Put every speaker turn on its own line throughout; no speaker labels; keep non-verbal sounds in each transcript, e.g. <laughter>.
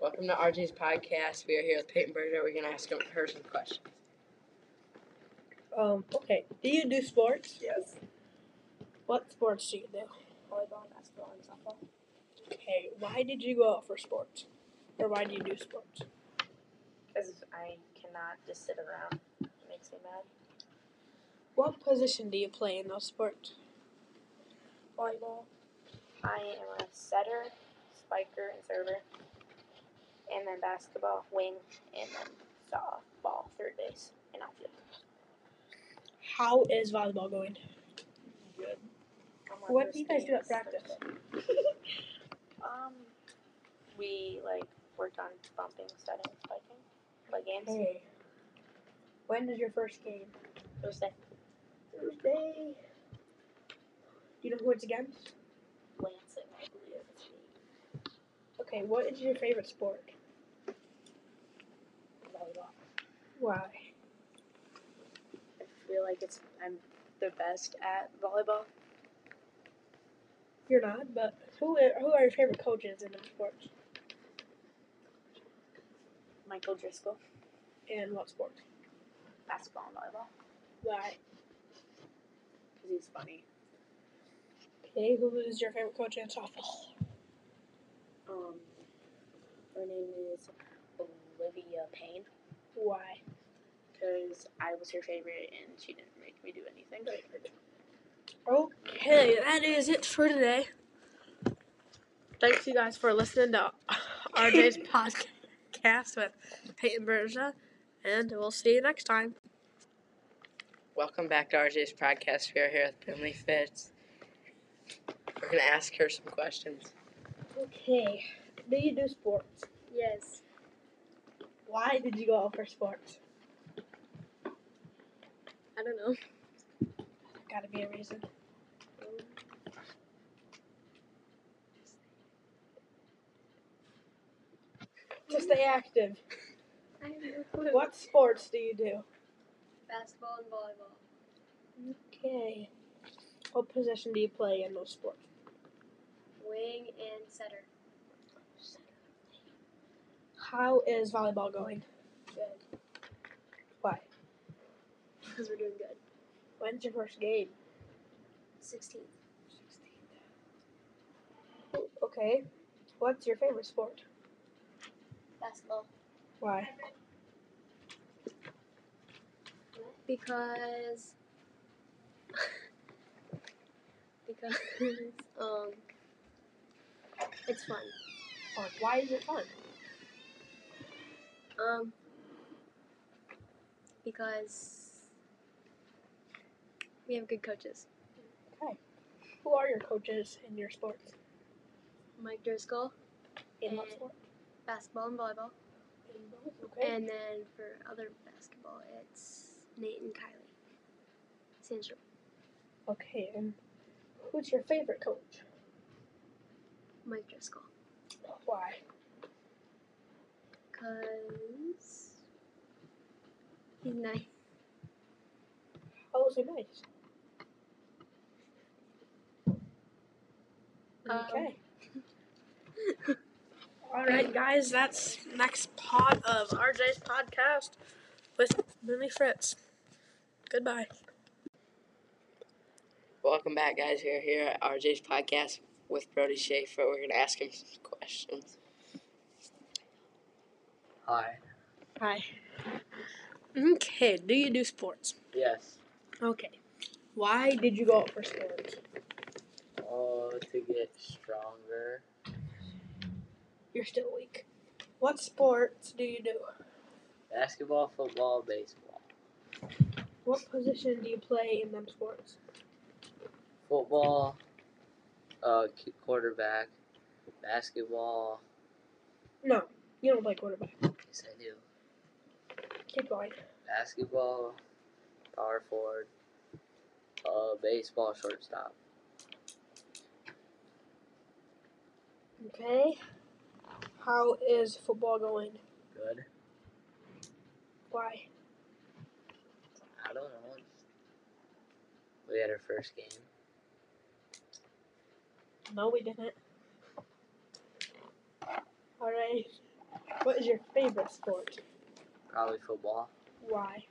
Welcome to RJ's podcast. We are here with Peyton Berger. We're going to ask him, her some questions.
Um, okay. Do you do sports?
Yes.
What sports do you do?
volleyball, and basketball, and softball.
Okay. Why did you go out for sports? Or why do you do sports?
Because I cannot just sit around. It makes me mad.
What position do you play in those sports?
Volleyball. I am a setter, spiker, and server. And then basketball, wing, and then softball, third base, and outfield.
How is volleyball going?
Good.
I'm one of
What
those
do you guys do at
things
practice?
that- Um, we like worked on bumping, setting, spiking, like games.
Hey. When is your first game?
Thursday,
Thursday. Do you know who it's against?
Lansing, I believe. it's the
Okay. What is your favorite sport?
Volleyball.
Why?
I feel like it's I'm the best at volleyball.
You're not. But who are, who are your favorite coaches in those sports?
Michael Driscoll,
And what sport?
basketball and volleyball,
Why?
because he's funny.
Okay. Who is your favorite coach in softball?
Um, her name is Olivia Payne
Why?
because I was her favorite and she didn't make me do anything.
Okay, that is it for today. Thanks you guys for listening to <laughs> RJ's podcast with Peyton Berger, and we'll see you next time.
Welcome back to RJ's podcast. We are here with Brinley Fitz. We're going to ask her some questions.
Okay, do you do sports?
Yes,
Why did you go out for sports?
I don't know.
Gotta be a reason. To stay active.
I have no clue.
What sports do you do?
Basketball and volleyball.
Okay. What position do you play in those sports?
Wing and setter.
How is volleyball going?
Good.
Why?
Because we're doing good.
When's your first game?
16.
16. Okay. What's your favorite sport?
Basketball.
Why?
Because. <laughs> because. <laughs> Um. It's fun.
Fun. Why is it fun?
Um, because we have good coaches.
Who are your coaches in your sports?
Mike Driscoll,
In what
Mm.
sport?
basketball and volleyball,
In both. Okay.
and then for other basketball, it's Nate and Kylie. Sandstrom.
okay. And who's your favorite coach?
Mike Driscoll.
Why?
Because he's nice.
Oh, those are nice.
Um,
Okay. All right, guys. That's next pod of RJ's podcast with Lily Fritz. Goodbye.
Welcome back, guys. We are here at RJ's podcast with Brody Schaefer. We're going to ask him some questions.
Hi.
Hi. Okay, do you do sports?
Yes.
Okay. Why did you go out for sports?
Oh, to get stronger.
You're still weak. What sports do you do?
Basketball, football, baseball.
What position do you play in them sports?
Football, uh, ki- quarterback. Basketball.
No, you don't play quarterback.
Yes, I do.
Keep going.
Basketball, power forward. Uh, baseball, shortstop.
Okay. How is football going?
Good.
Why?
I don't know. We had our first game.
No, we didn't. All right. What is your favorite sport?
Probably football
Why?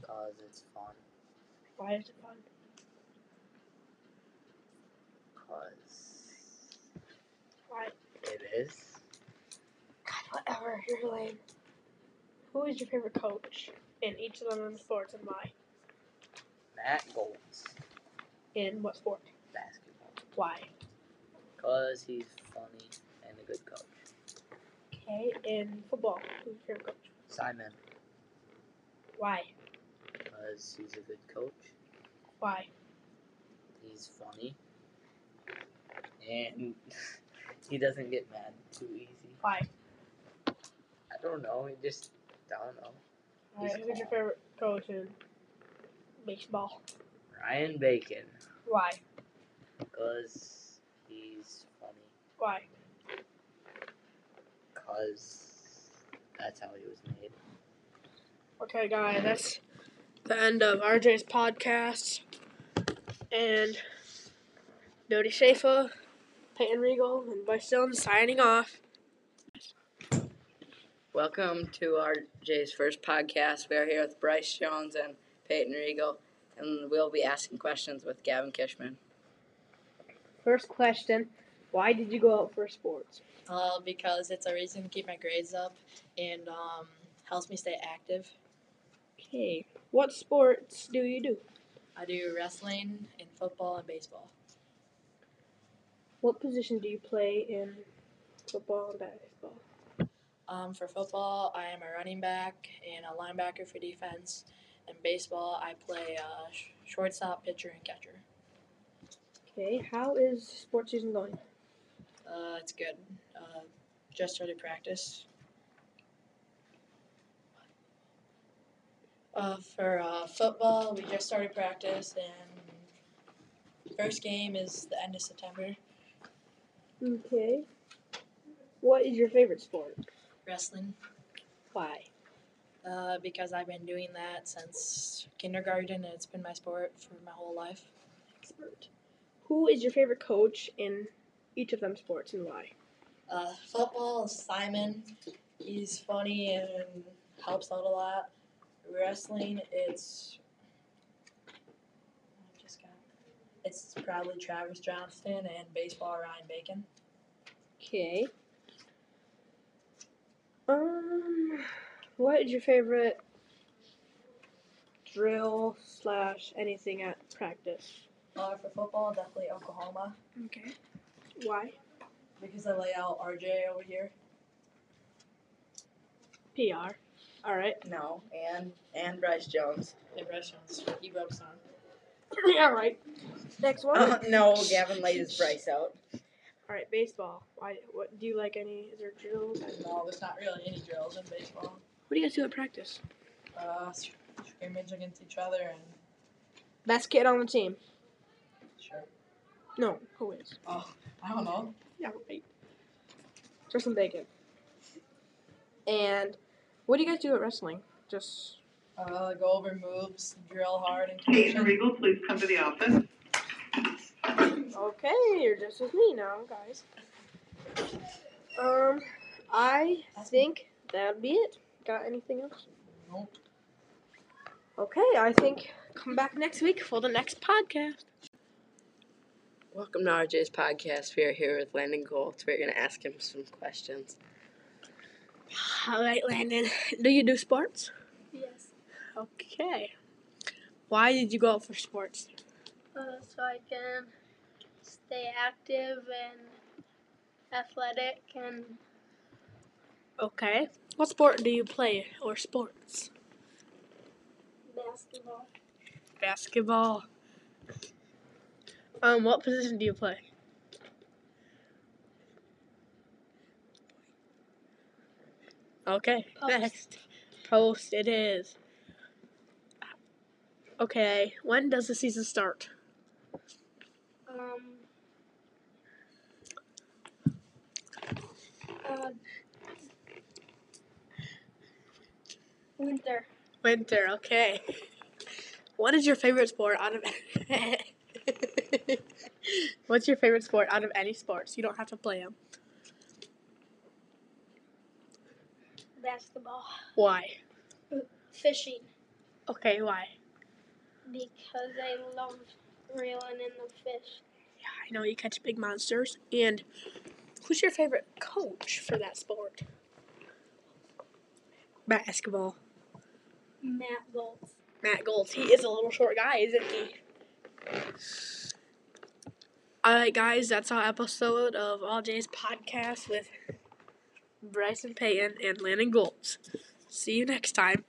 because it's fun.
Why is it fun?
Because
Why?
it is.
Whatever, you're lame. Who is your favorite coach in each of them in sports and why?
Matt Golds.
In what sport?
Basketball.
Why?
Because he's funny and a good coach.
Okay, in football, who's your favorite coach?
Simon.
Why?
Because he's a good coach.
Why?
He's funny. And <laughs> he doesn't get mad too easy.
Why?
I don't know. He just, I don't know.
Alright,
He's
who's your
calm.
favorite coach in baseball?
Ryan Bacon.
Why?
Because he's funny.
Why?
Because that's how he was made.
Okay, guys, that's the end of RJ's podcast. And Dodie Schaefer, Peyton Regal, and Bryce Dillon signing off.
Welcome to RJ's first podcast. We are here with Bryce Jones and Peyton Regal, and we'll be asking questions with Gavin Kishman.
First question Why did you go out for sports?
Uh, because it's a reason to keep my grades up and um, helps me stay active.
Okay. What sports do you do?
I do wrestling and football and baseball.
What position do you play in football and basketball?
Um, for football, I am a running back and a linebacker for defense. And baseball, I play uh, sh- shortstop, pitcher, and catcher.
Okay. How is sports season going?
Uh, it's good. Uh, just started practice. Uh, for uh, football, we just started practice, and first game is the end of September.
Okay. What is your favorite sport?
Wrestling.
Why?
Uh, because I've been doing that since kindergarten and it's been my sport for my whole life.
Expert. Who is your favorite coach in each of them sports and why?
Uh, football, Simon, he's funny and helps out a lot. Wrestling, it's. I just got. It's probably Travis Johnston and baseball, Ryan Bacon.
Okay. Um, what is your favorite drill slash anything at practice?
Uh, for football, definitely Oklahoma
Okay. Why?
because I lay out RJ over here.
PR. All <coughs> right.
No, and and Bryce Jones.
And Russians, he rubs on.
All right. Next one.
Uh, <laughs> no, Gavin lays Bryce out.
All right. Baseball. Why? What do you like? Any? Is there drills? What
No, there's not really any drills in baseball.
do you guys do at practice?
uh, sc- scrimmage against each other and
Best kid on the team.
sure.
No. Who is?
Oh, I don't know.
Yeah, right. Just some bacon. And what do you guys do at wrestling? Just
Uh, go over moves, drill hard, and caution.
Regal, please come to the office.
okay, you're just with me now, guys. Um, I think that'd be it. Got anything else?
Nope.
Okay, I think come back next week for the next podcast.
Welcome to RJ's podcast. We are here with Landon Goltz. We're going to ask him some questions.
All right, Landon. Do you do sports?
Yes.
Okay. Why did you go out for sports?
Uh, so I can stay active and athletic and
Okay. What sport do you play or sports?
basketball.
Basketball. Um, what position do you play? Okay,
Post.
next. Post it is. Okay, when does the season start?
Um. Uh, winter.
Winter, okay. <laughs> What is your favorite sport out of <laughs> What's your favorite sport out of any sports? You don't have to play them.
basketball.
Why?
Fishing.
Okay, why?
Because I love reeling in the fish.
I know you catch big monsters. And who's your favorite coach for that sport? Basketball.
Matt Bolts.
Matt Golds. He is a little short guy, isn't he? All right, guys, that's our episode of All J's podcast with Bryson Payton and Landon Golds. See you next time.